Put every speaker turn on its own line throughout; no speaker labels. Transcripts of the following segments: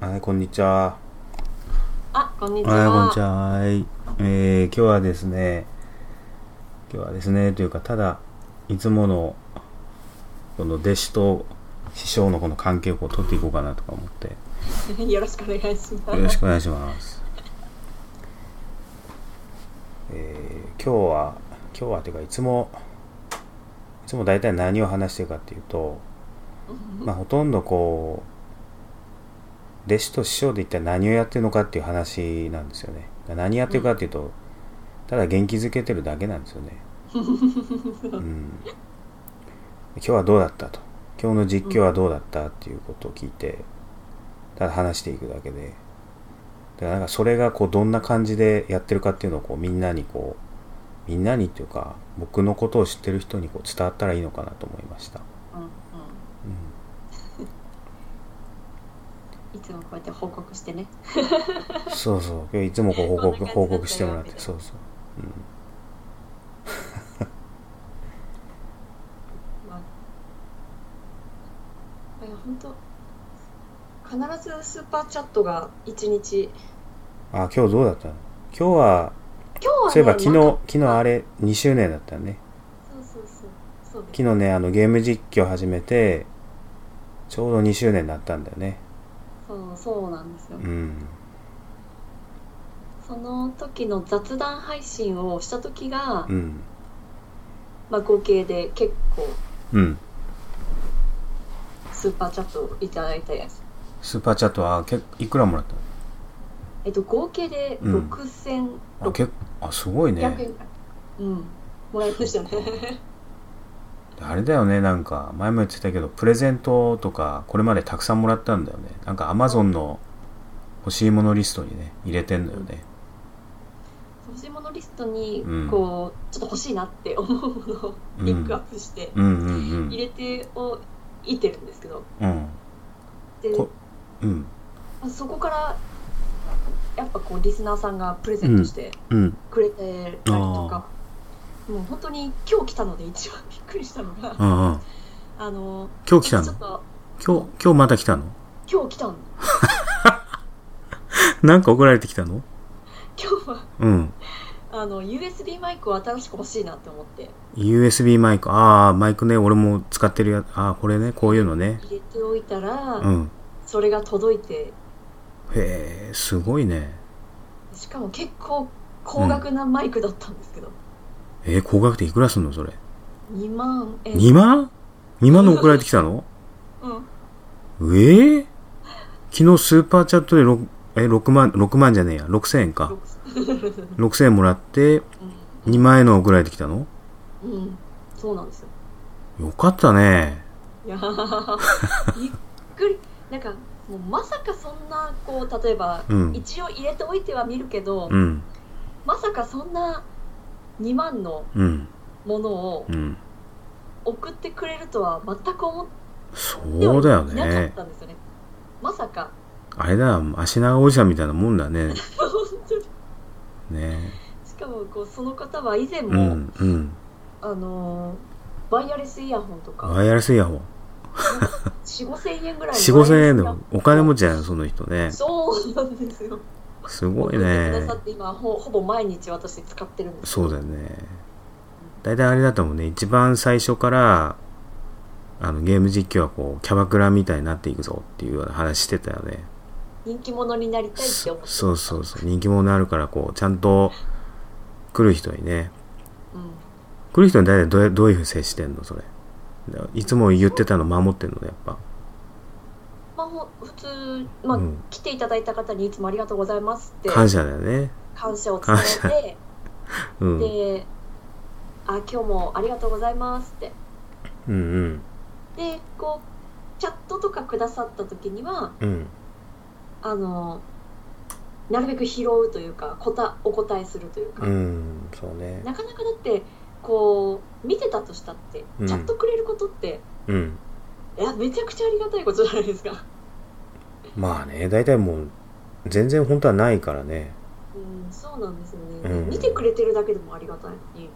はい、こんにちは。
あ、こんにち
はい、
は。
こんにちは。はいえー、今日はですね、今日はですね、というか、ただ、いつもの、この弟子と師匠のこの関係をこう取っていこうかなとか思って、よ
よろしくお願いします。
ろしくお願いします。えー、今日は、今日はというか、いつも、いつも大体何を話してるかっていうと、
うん
まあ、ほとんどこう弟子と師匠で一体何をやってるのかっていう話なんですよね何やってるかっていうと、ただ元気づけてるだけなんですよね、うん、今日はどうだったと今日の実況はどうだったっていうことを聞いてただ話していくだけでだからなんかそれがこうどんな感じでやってるかっていうのをこうみんなにこうみんなにっていうか僕のことを知ってる人にこう伝わったらいいのかなと思いました、
うんうん
うん
いつもこうやって報告してね。
そうそういつもこう報告
こんな感じだったよ
報告してもらって
みたいな
そうそう、うん、
まあ、いや本当必ずスーパーチャットが一日。
あ今日どうだったの今日は
今日はね、
そういえば昨
なん
日
か
昨日あれ2周年だったね
そうそうそう。そうです。
昨日ねあのゲーム実況始めてちょうど2周年だったんだよね
そうそうなんですよ、
うん
その時の雑談配信をした時が、
うん
まあ合計で結構
うん
スーパーチャットをいただいたやつ。
スーパーチャットは結いくらもらったの
えっと合計で
うん
6600
あ結構あすごい
円ぐらい
ね。
うん。もらいましたね。
あれだよねなんか前も言ってたけどプレゼントとかこれまでたくさんもらったんだよねなんかアマゾンの欲しいものリストにね入れてんだよね
欲しいものリストに
うん
こう、ちょっと欲しいなって思うものを
うん
ピックアップして
うんうんうん
入れてをいてるんですけど、
うん
で
こうん
まあそこからやっぱこうリスナーさんがプレゼントして
うん
くれてたりとか、もう本当に今日来たので一番びっくりしたのが、
うんうん
あの
今日来たの
ちょっと
今日今日また来たの
今日来たの
なんか送られてきたの
今日は
うん
あの USB マイクを新しく欲しいなって思って
USB マイクああマイクね俺も使ってるやああこれねこういうのね
入れておいたら、
うん
それが届いて
へえすごいね
しかも結構高額なマイクだったんですけど、
えー、高額でいくらすんのそれ
2万円
2万 ?2 万の送られてきたの
う
え
ん
ー、昨日スーパーチャットで 6, え6万6万じゃねえや6000円か6000円もらって2万円の送られてきたの
うん、うん、そうなんですよ
よかったね
いやーびっくりなんかもうまさかそんなこう例えば、
うん
一応入れておいては見るけど、
うん
まさかそんな2万の
うん
ものを
うん
送ってくれるとは全く思っ
そ
ては
うだよ
いなかっ
ね
たんですよねまさか
あれだ足長おじさんみたいなもんだ ね
本当に
ね
しかもこうその方は以前
う
も、
んうん
あのーワイヤレスイヤホンとか
ワイヤレスイヤホン
4 5千円ぐらい
4 5千円で
ワイヤレスイヤホ
も
ン
お金持ちやんその人ね
そうなんですよ
すごい
送ってく
ね
ださって今ほほぼ毎日私使ってるんです
そうだよね大体あれだと思うね一番最初からあのゲーム実況はこうキャバクラみたいになっていくぞっていうような話してたよね
人気者になりたいって
そ
思って
そうそうそう人気者になるからこうちゃんと来る人にね
うん
来る人に大体どうやどういうふうに接してんのそれいつも言ってたの守ってんのやっぱ
まあほ普通、まあ
うん
来ていただいた方にいつもありがとうございますって
感謝だよね
感謝を伝えて、
うんうん
であ今日もありがとうございますって
うん
でこうチャットとかくださった時には
うん
あのなるべく拾うというかこたお答えするというか、
うんそうね
なかなかだってこう見てたとしたって
うん
チャットくれることって、
うん
いやめちゃくちゃありがたいことじゃないですか、
まあね大体もう全然本当はないからね
うん、そうなんですよね、
うん
見てくれてるだけでもありがたいのに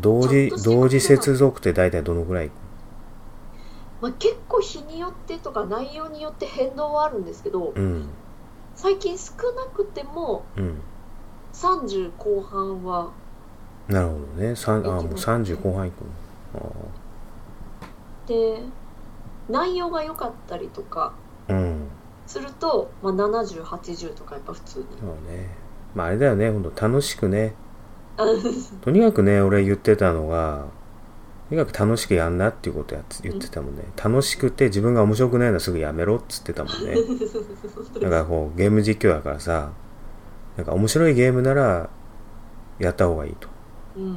同時
ちゃんとしてくれない
同時接続って大体どのぐらい
ままあ、結構日によってとか内容によって変動はあるんですけど、
うん
最近少なくても
うん
30後半は
なるほどねさんあもう
できます
30後半いくの
で内容が良かったりとか
あーうん
すると、まあ、7080とかやっぱ普通に
そうねまああれだよねほんと楽しくね
あ
とにかくね俺言ってたのがとにかく楽しくやんなっていうことやつ言ってたもんね、楽しくて自分が面白くないならすぐやめろっつってたもんねなんかこうゲーム実況だからさなんか面白いゲームならやった方がいいと
うんうん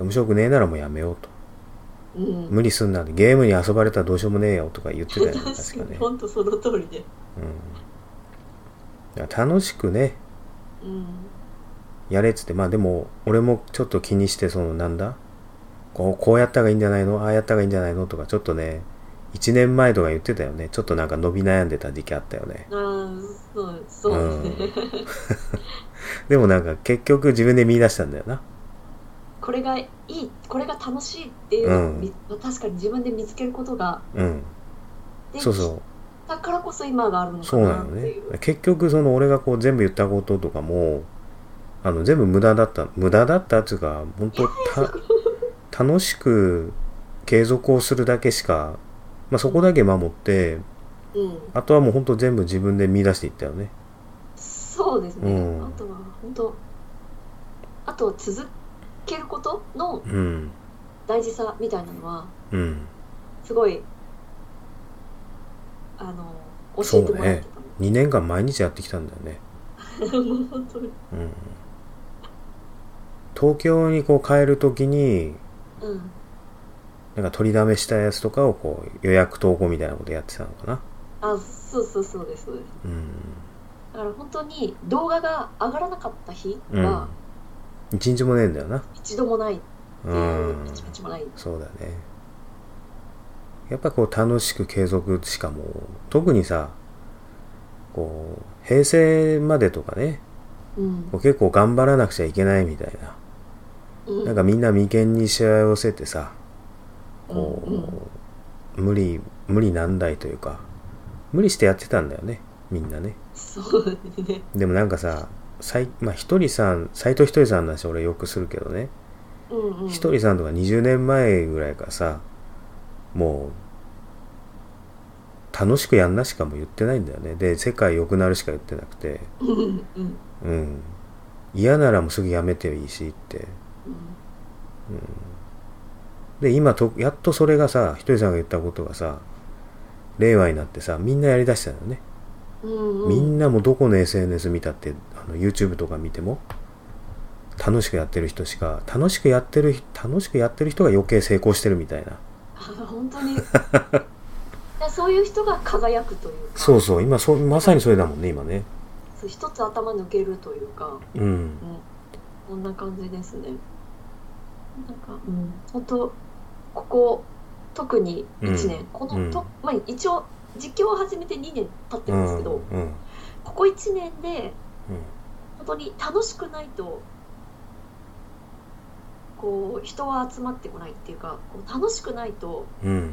うん
面白くねえならもうやめようと
うん
無理すんなってゲームに遊ばれたらどうしようもねえよとか言って たよね確
確
か
か
ね
に、本当その通りで、
うん、だから楽しくね
うん、
やれっつってまあでも俺もちょっと気にしてそのなんだこうこうやった方がいいんじゃないのああやった方がいいんじゃないのとかちょっとね1年前とか言ってたよねちょっとなんか伸び悩んでた時期あったよね
あーそうそうですね、
でもなんか結局自分で見出したんだよな
これがいいこれが楽しいっていうのを見、確かに自分で見つけることが
うん
でき
そうそ
たからこそ今があるの
う
か
そうな
な
の
って
ね
いう
結局その俺がこう全部言ったこととかもあの全部無駄だった無駄だったっていうか本当た楽しく継続をするだけしか、まあ、そこだけ守って
そう,、ん、
あとはもう本当全部自分で見出していったよね。
そうですね、
うん
あとは本当あとは続けることの
うん。
大事さみたいなのは
うん。
すごいあの教えてもらってた
2年間毎日やってきたんだよね。
の、 もう本当
う
に
ん。東京にこう帰るときに、
うん
なんか取りだめしたやつとかをこう予約投稿みたいなことやってたのかな。
あそうそうそうですそうです
うん。
だから本当に動画が上がらなかった日
うん
は。
一日もねえんだよな。
一度もないって
う
い
ん
う、。一日もない
そうだね。やっぱこう楽しく継続しかもう、特にさ、こう、平成までとかね、
うん
こう結構頑張らなくちゃいけないみたいな。
うん
なんかみんな眉間にしわ寄せてさ、こう、
うんうん
無理、無理難題というか、無理してやってたんだよね、みんなね。
そうですね
でもなんかさ、さいまあ、ひとりさん、斎藤ひとりさんの話俺よくするけどね、
うんうん
ひとりさんとか20年前ぐらいからさ、もう、楽しくやんなしかも言ってないんだよね。で、世界良くなるしか言ってなくて、
うんうんうん
うん。嫌ならもうすぐやめていいしって。で今とやっとそれがさひとりさんが言ったことがさ令和になってさみんなやりだしたのね、
うんうん
みんなもどこの SNS 見たってあの YouTube とか見ても楽しくやってる人しか楽しくやってる人楽しくやってる人が余計成功してるみたいな
あ 本当にだからそういう人が輝くというか
そうそう今そうまさにそれだもんね今ね
そう一つ頭抜けるというか、
うん
うん、こんな感じですねなんか、うん、本当ここ特に1年、
うん
この、
うん
とまあ、一応実況を始めて2年経って
う
るんですけ
ん
ど、
うん
ここ1年で本当に楽しくないとこう人は集まってこないっていうかこう楽しくないと
うん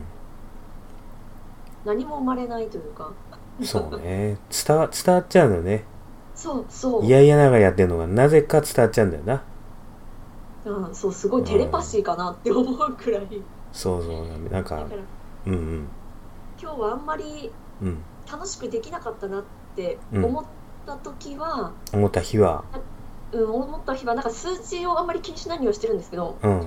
何も生まれないというか
そうね伝わ伝わっちゃうんだよね
そうそう
いやいやながらやってるのがなぜか伝わっちゃうんだよな
うん、そうすごいテレパシーかなって思うくらい、
そうそうなん
だ
か
から
うんうん
今日はあんまり
うん
楽しくできなかったなって思った時は、
思った日は
うん思った日はなんか数値をあんまり気にしないようにはしてるんですけど
うん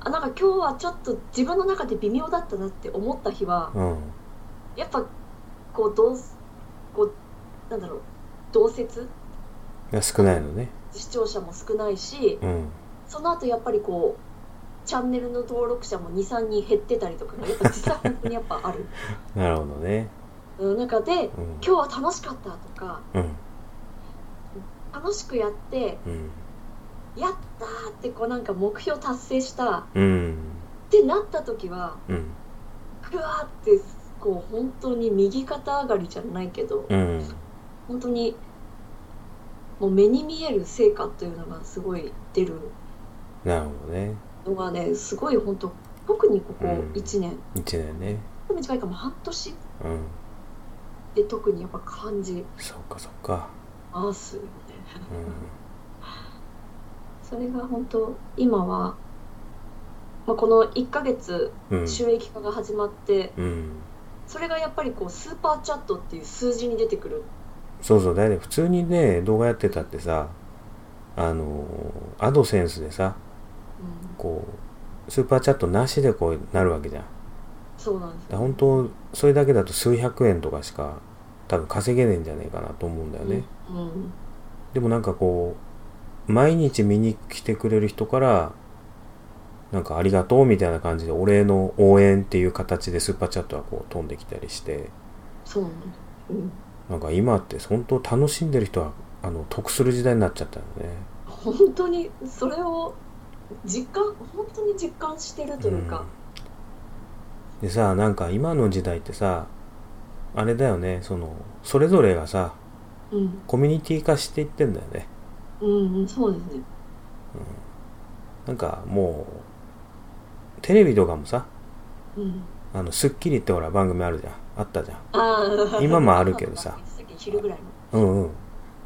あなんか今日はちょっと自分の中で微妙だったなって思った日は
うん
やっぱこうどうこうなんだろう同説
が少ないのね。
視聴者も少ないし
うん。
その後やっぱりこうチャンネルの登録者も23人減ってたりとかがやっぱ実は本当にやっぱある、
なるほどね。
うん、中で
うん。
今日は楽しかったとか
うん。
楽しくやって
うん。
やったーってこうなんか目標達成したっ
うん。
てなった時は
うん。
うわーってこう本当に右肩上がりじゃないけど
うん。
本当にもう目に見える成果というのがすごい出る
なるほどね。
のがねすごい本当特にこ
う
こ
ん
1年、
1年ね
短いかも半年
うん
で特にやっぱ感じ
そっかそっか
ますよね
う
それが本当今は、まあ、この1ヶ月
んうん
収益化が始まって、
うん
それがやっぱりこうスーパーチャットっていう数字に出てくる
そうそうだいたい普通にね動画やってたってさあのアドセンスでさ
うん
こうスーパーチャットなしでこうなるわけじゃんだか
そうなんです
ら
よ
本当それだけだと数百円とかしか多分稼げねえんじゃねえかなと思うんだよね、
うん
でもなんかこう毎日見に来てくれる人からなんかありがとうみたいな感じでお礼の応援っていう形でスーパーチャットはこう飛んできたりして
そうなんですうん
なんか今って本当楽しんでる人はあの得する時代になっちゃったよね
本当にそれを実感本当に実感してるというか、
うん、でさなんか今の時代ってさあれだよねそのそれぞれがさ
うん、
コミュニティ化していってんだよね
うんうんそうですね
なんかもうテレビとかもさ
うん
「あのスッキリ」ってほら番組あるじゃんあったじゃん
あー
今もあるけど さ
さっき昼ぐらいの
うんうん。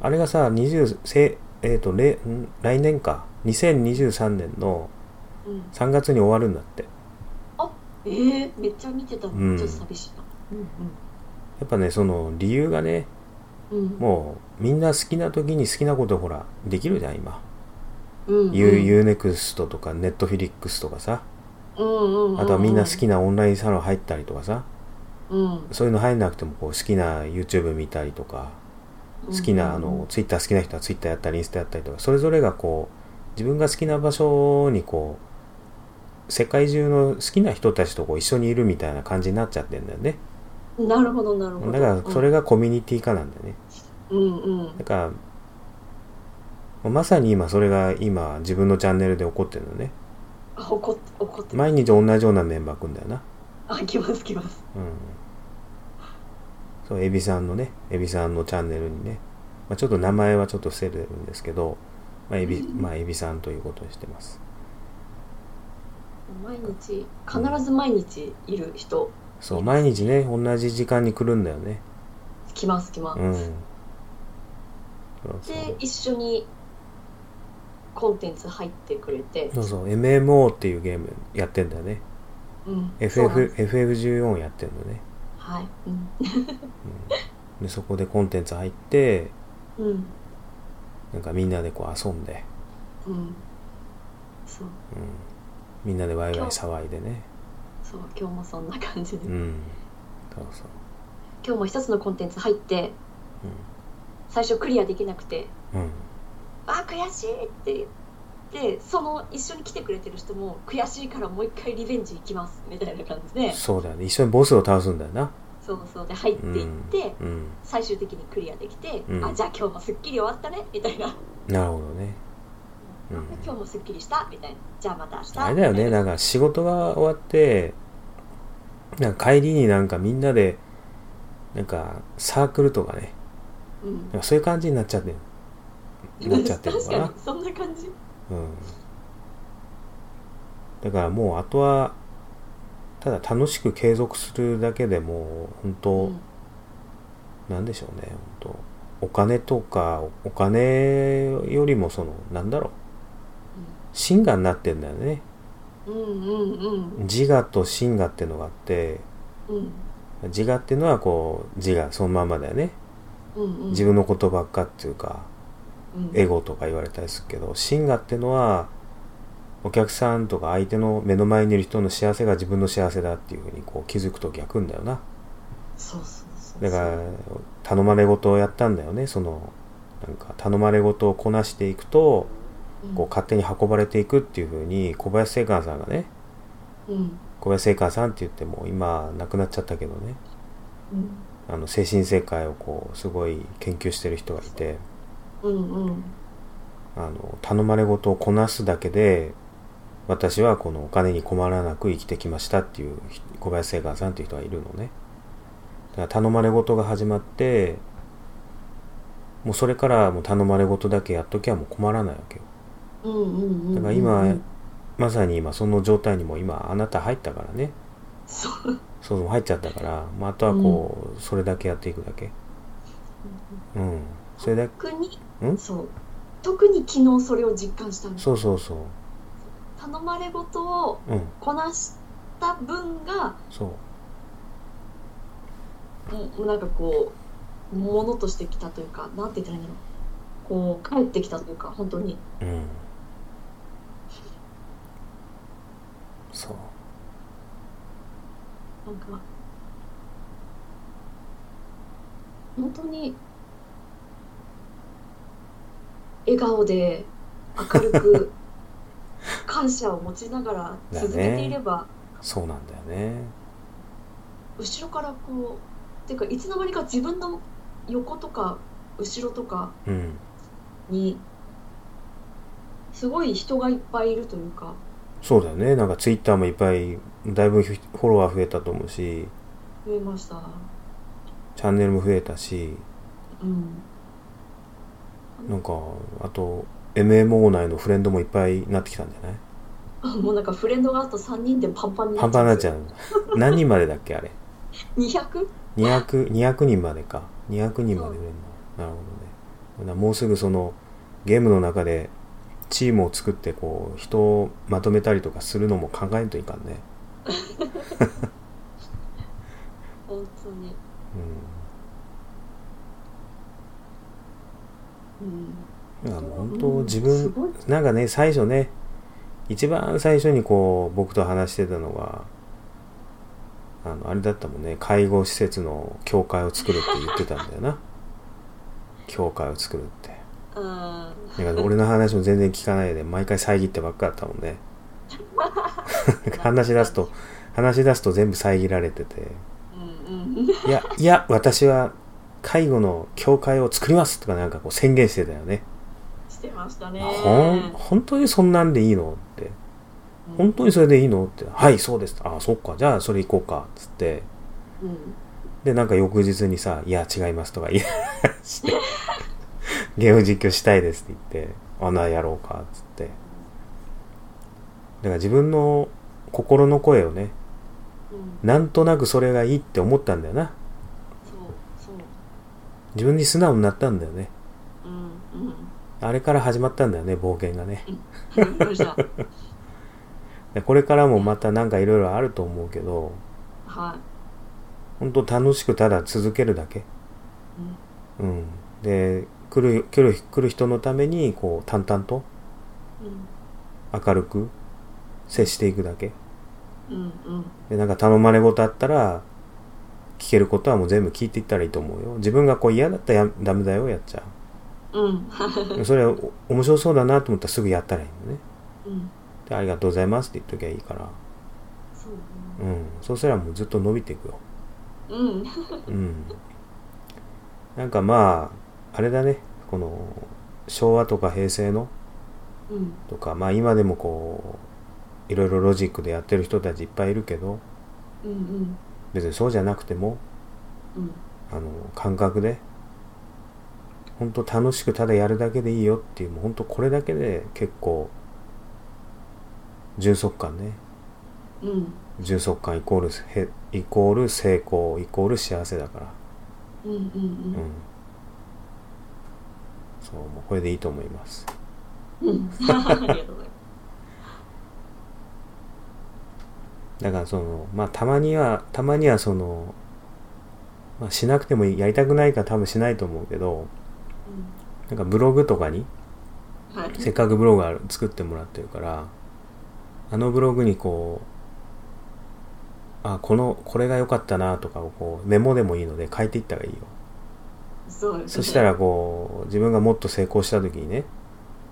あれがさ、20せ、えっ、と、れん来年か。2023年の
うん
3月に終わるんだって。
ええめっちゃ見てたの、
うん
ちょっと寂しいな
やっぱね、その理由がね、
うんうんうん
もうみんな好きな時に好きなことほら、できるじゃん、今。
うんうん
ユーユーネクストとか、ネットフィリックスとかさ。
うんうん
あとはみんな好きなオンラインサロン入ったりとかさ。
うん
そういうの入んなくても、こう、好きな YouTube 見たりとか、好きな、あの、Twitter 好きな人は Twitter やったり、インスタやったりとか、それぞれがこう、自分が好きな場所にこう、世界中の好きな人たちとこう一緒にいるみたいな感じになっちゃってんだよね。
なるほどなるほど
だから、それがコミュニティ化なんだよね。
うんうん
だから、まさに今それが今自分のチャンネルで起こってるのね。
あ怒って怒って
毎日同じようなメンバー組んだよな。
あ来ます来ます
うん。そう、エビさんのね、エビさんのチャンネルにね、まあ、ちょっと名前はちょっと伏せてるんですけど、まあ、エビ、まあ、エビさんということにしてます。
毎日必ず毎日いる人
そう、毎日ね、同じ時間に来るんだよね。
来ます来ます、
うん。そうそう
で一緒にコンテンツ入ってくれて
そうそう、MMO っていうゲームやってんだよね。
うんそうなん
FF、
です
FF14 やってんのね。
はいうん
で、そこでコンテンツ入って、
うん
なんかみんなでこう遊んで、
うんそう
みんなでワイワイ騒いでね。
そう今日もそんな感じで、
うん。そうそう。
今日も一つのコンテンツ入って最初クリアできなくて
うん。うん。
あー悔しいって言ってその一緒に来てくれてる人も悔しいからもう一回リベンジ行きますみたいな感じで
そうだよね一緒にボスを倒すんだよな
そうそうで入っていって、
うん
最終的にクリアできて、
うん
あじゃあ今日もすっきり終わったねみたいな、
なるほどねうん
で今日もすっきりしたみたいなじゃあまた明日
あれだよね
みた
な
い
んか仕事が終わってなんか帰りになんかみんなでなんかサークルとかね
なうん
なんかそういう感じになっちゃってるなっちゃってるの
確
か
か
な
にそんな感じ
うんだからもうあとはただ楽しく継続するだけでもう本当、
うん
なんでしょうね本当お金とかお金よりもそのなんだろう真我になってんだよね
うんうんうん
自我と真我ってのがあって
うん
自我っていうのはこう自我そのまんまだよね
うんうん
自分のことばっかっていうか
うん
エゴとか言われたりするけど真我ってのはお客さんとか相手の目の前にいる人の幸せが自分の幸せだっていうふうにこう気づくと逆んだよな
そうそうそう
だから頼まれ事をやったんだよねそのなんか頼まれ事をこなしていくとこう勝手に運ばれていくっていうふうに小林聖寛さんがね
うんうん
小林聖寛さんって言っても今亡くなっちゃったけどね
うん
あの精神世界をこうすごい研究してる人がいて
うんうん
あの頼まれ事をこなすだけで私はこのお金に困らなく生きてきましたっていうひ小林聖寛さんっていう人がいるのねだから頼まれ事が始まってもうそれからもう頼まれ事だけやっときゃもう困らないわけよ
うんうんうんうん
だから今まさに今その状態にも今あなた入ったからね
そう。
そうそう入っちゃったから、まあ、あとはこう、それだけやっていくだけうんそれだけ
特に
ん
そう特に昨日それを実感したんです
そうそうそう
頼まれ事を
うん
こなした分が
そう
もなんかこうものとしてきたというかなんて言ったらいいんだろうこう帰ってきたというか本当に
うんそう
なんか本当に笑顔で明 るく感謝を持ちながら続けていれば、
そうなんだよね
後ろからこうっていうかいつの間にか自分の横とか後ろとか
うん
にすごい人がいっぱいいるというか
そうだよねなんかツイッターもいっぱいだいぶフォロワー増えたと思うし
増えました
チャンネルも増えたし
うん
なんかあと MMO 内のフレンドもいっぱいなってきたんじゃない
もうなんかフレンドがあと3人でパンパンに
パ
な
ン
っ
パンになっ
ち
ち
ゃ
ゃう何人までだっけあれ
う 200?
200, 200人までか200人まで増えるのなるほどねだからもうすぐそのゲームの中でチームを作ってこう人をまとめたりとかするのも考えんといかんね
本当にうん
うんだからもう本
う
当
ん
自
す
分
ごい
なんかね最初ね一番最初にこう僕と話してたのがあのあれだったもんね介護施設の教会を作るって言ってたんだよな教会を作るって
あ
なんか俺の話も全然聞かないで毎回遮ってばっかだったもんね 話し出すと話し出すと全部遮られてて
ーうんう
「
ん
いやいや私は介護の教会を作ります」とかなんかこう宣言してたよね
してましたね
ほん本当にそんなんでいいのって本当にそれでいいのって「はいそうです」ああそっかじゃあそれ行こうか」っつって
うん
でなんか翌日にさ「いや違います」とか言い出して 「ゲーム実況したいです」って言って「あなやろうか」っつってだから自分の心の声をね
うん
なんとなくそれがいいって思ったんだよな
そうそう
自分に素直になったんだよね
うんうん
あれから始まったんだよね冒険がね
わかりました
でこれからもまたなんかいろいろあると思うけど
は
本当楽しくただ続けるだけ
い、う
う
ん
んで来る来る来る人のためにこう淡々と
うん
明るく接していくだけ
うんうん
でなんか頼まれ事あったら聞けることはもう全部聞いていったらいいと思うよ自分がこう嫌だったらやダメだよやっちゃ
うん
うそれお面白そうだなと思ったらすぐやったらいいのね
うん
でありがとうございますって言っときゃいいから
そうね
うんそうすればもうずっと伸びていくよ
うん
うんなんかまああれだねこの昭和とか平成の
うん
とかまあ今でもこういろいろロジックでやってる人たちいっぱいいるけど
うんうん
別にそうじゃなくても
うん
あの感覚で本当楽しくただやるだけでいいよっていうもう本当これだけで結構充足感ね
うん
充足感イコールへイコール成功イコール幸せだから
うんうん
うんそうもうこれでいいと思います
うんうんありがとうございま
だからそのまあたまにはたまにはその、まあ、しなくてもいいやりたくないから多分しないと思うけどなんかブログとかに
すうんはい
せっかくブログある作ってもらってるからあのブログにこうあこのこれが良かったなとかをこうメモでもいいので書いていったらいいよ
そうです
そ
ね
したらこう自分がもっと成功した時にね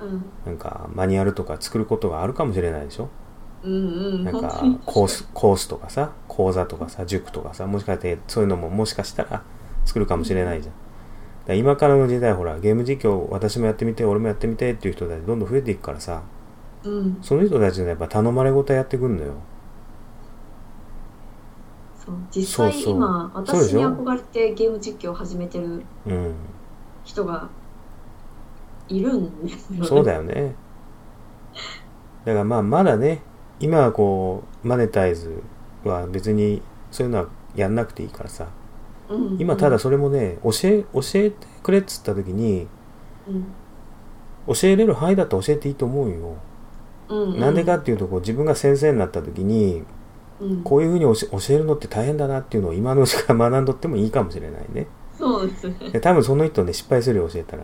うん
なんかマニュアルとか作ることがあるかもしれないでしょ
うんうん
なん か
本当に
コースコースとかさ講座とかさ塾とかさもしかしてそういうのももしかしたら作るかもしれないじゃんだから今からの時代ほらゲーム実況私もやってみて俺もやってみてっていう人たちどんどん増えていくからさ
うん
その人たちのやっぱ頼まれ事やってくんのよ
そう実際
そうそう
今
そうで
私
しょ
に憧れてゲーム実況を始めてる
うん
人がいるんですよね
そうだよねだからまあまだね今はこうマネタイズは別にそういうのはやんなくていいからさ
うん
今ただ、それもね教え教えてくれっつった時に
うん
教えれる範囲だったら教えていいと思うよ
うん、
なんでかっていうとこう自分が先生になった時に
うん、
こういうふうに教え教えるのって大変だなっていうのを今のうちから学んどってもいいかもしれないね
そうですね。
で多分その人ね失敗するよ教えたら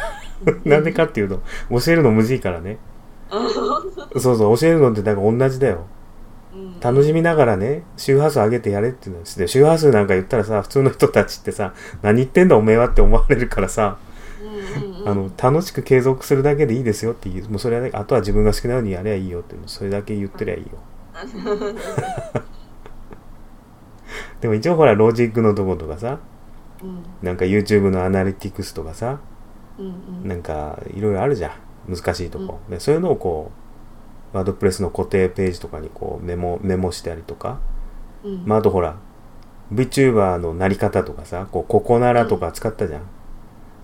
なんでかっていうと教えるのむずいからね
あ本当
そうそう教えるのってなんか同じだよ
うん
楽しみながらね周波数上げてやれって言うんですよ周波数なんか言ったらさ普通の人たちってさ何言ってんだおめえはって思われるからさ
うんうんうん
あの楽しく継続するだけでいいですよっていうもうそれはねあとは自分が好きなようにやればいいよってそれだけ言ってりゃいいよでも一応ほらロジックのとことかさ
うん
なんか YouTube のアナリティクスとかさ
うんうん
なんかいろいろあるじゃん難しいとこ、でそういうのをこうワードプレスの固定ページとかにこうメモメモしたりとか、
うん
まあ、あとほら VTuber のなり方とかさこうココナラとか使ったじゃん、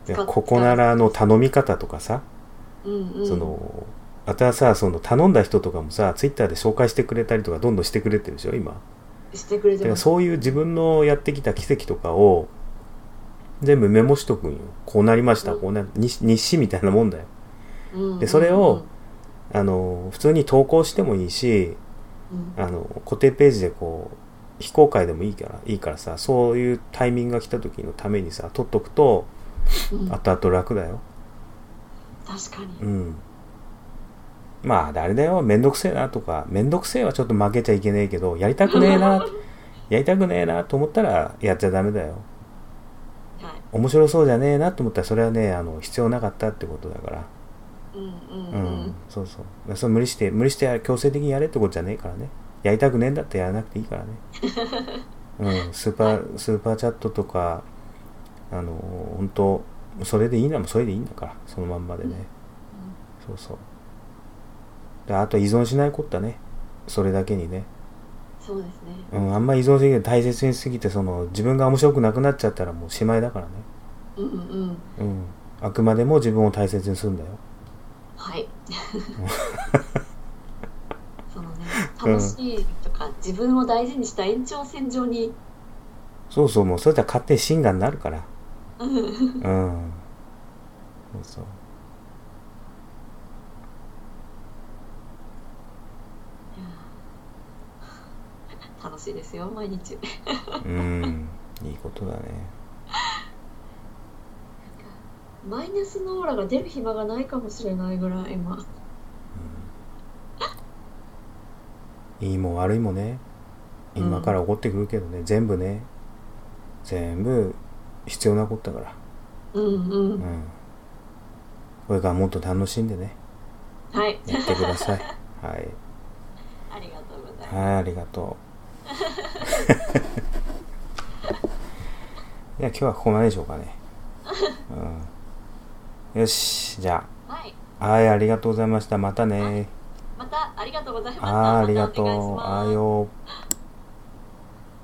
で
使った
ココナラの頼み方とかさ、
うんうん
そのあとはさその頼んだ人とかもさツイッターで紹介してくれたりとかどんどんしてくれてるでしょ今
してくれ
だ
て
から
ます。
そういう自分のやってきた奇跡とかを全部メモしとくんよこうなりました
うん
こうなり日日誌みたいなもんだよ
うんうん
でそれをあの普通に投稿してもいいし
うん
あの固定ページでこう非公開でもいいからいいからさそういうタイミングが来た時のためにさ取っとくと
うん
後々楽だよ
確か
う
に。
ん。まあ、誰だよ、めんどくせえなとか、めんどくせえはちょっと負けちゃいけねえけど、やりたくねえ な、やりたくねえなと思ったらやっちゃダメだよ。
はい。
面白そうじゃねえなと思ったら、それはね、あの、必要なかったってことだから。
うんうん
う、
うんん。
そうそう。そう無理して、無理してや強制的にやれってことじゃねえからね。やりたくねえんだってやらなくていいからね。うん、スーパー、スーパーチャットとか、あの、本当それでいいなもそれでいいんだから、そのまんまでね。そうそう。であと依存しないことだね。それだけにね。
そうです
う
ね。
ん、あんま依存しすぎて大切にしすぎて、その、自分が面白くなくなっちゃったらもうしまいだからね。
うんうん。
うん。あくまでも自分を大切にするんだよ。
はい。そのね、楽しいとか、自分を大事にした延長線上に、
そうそう、もうそれじゃ勝手にシンガーになるから。うん。そうそう。
楽しいですよ、毎日。
うん。いいことだね。
マイナスのオーラが出る暇がないかもしれないぐらい、今。
いいも悪いもね、今から起こってくるけどね、全部ね、全部必要なことだから。
うんう。
うんん。これからもっと楽しんでね、
はい。
やってください。はい。
ありがとうございます。
はい、ありがとう。じゃあ今日はここまででしょうかね。うん。よし、じゃ
はい。
あ。はい、ありがとうございました。またね。
また、ありがとうございました。
あーありが
またお願いし
とう。
ます
あーよー。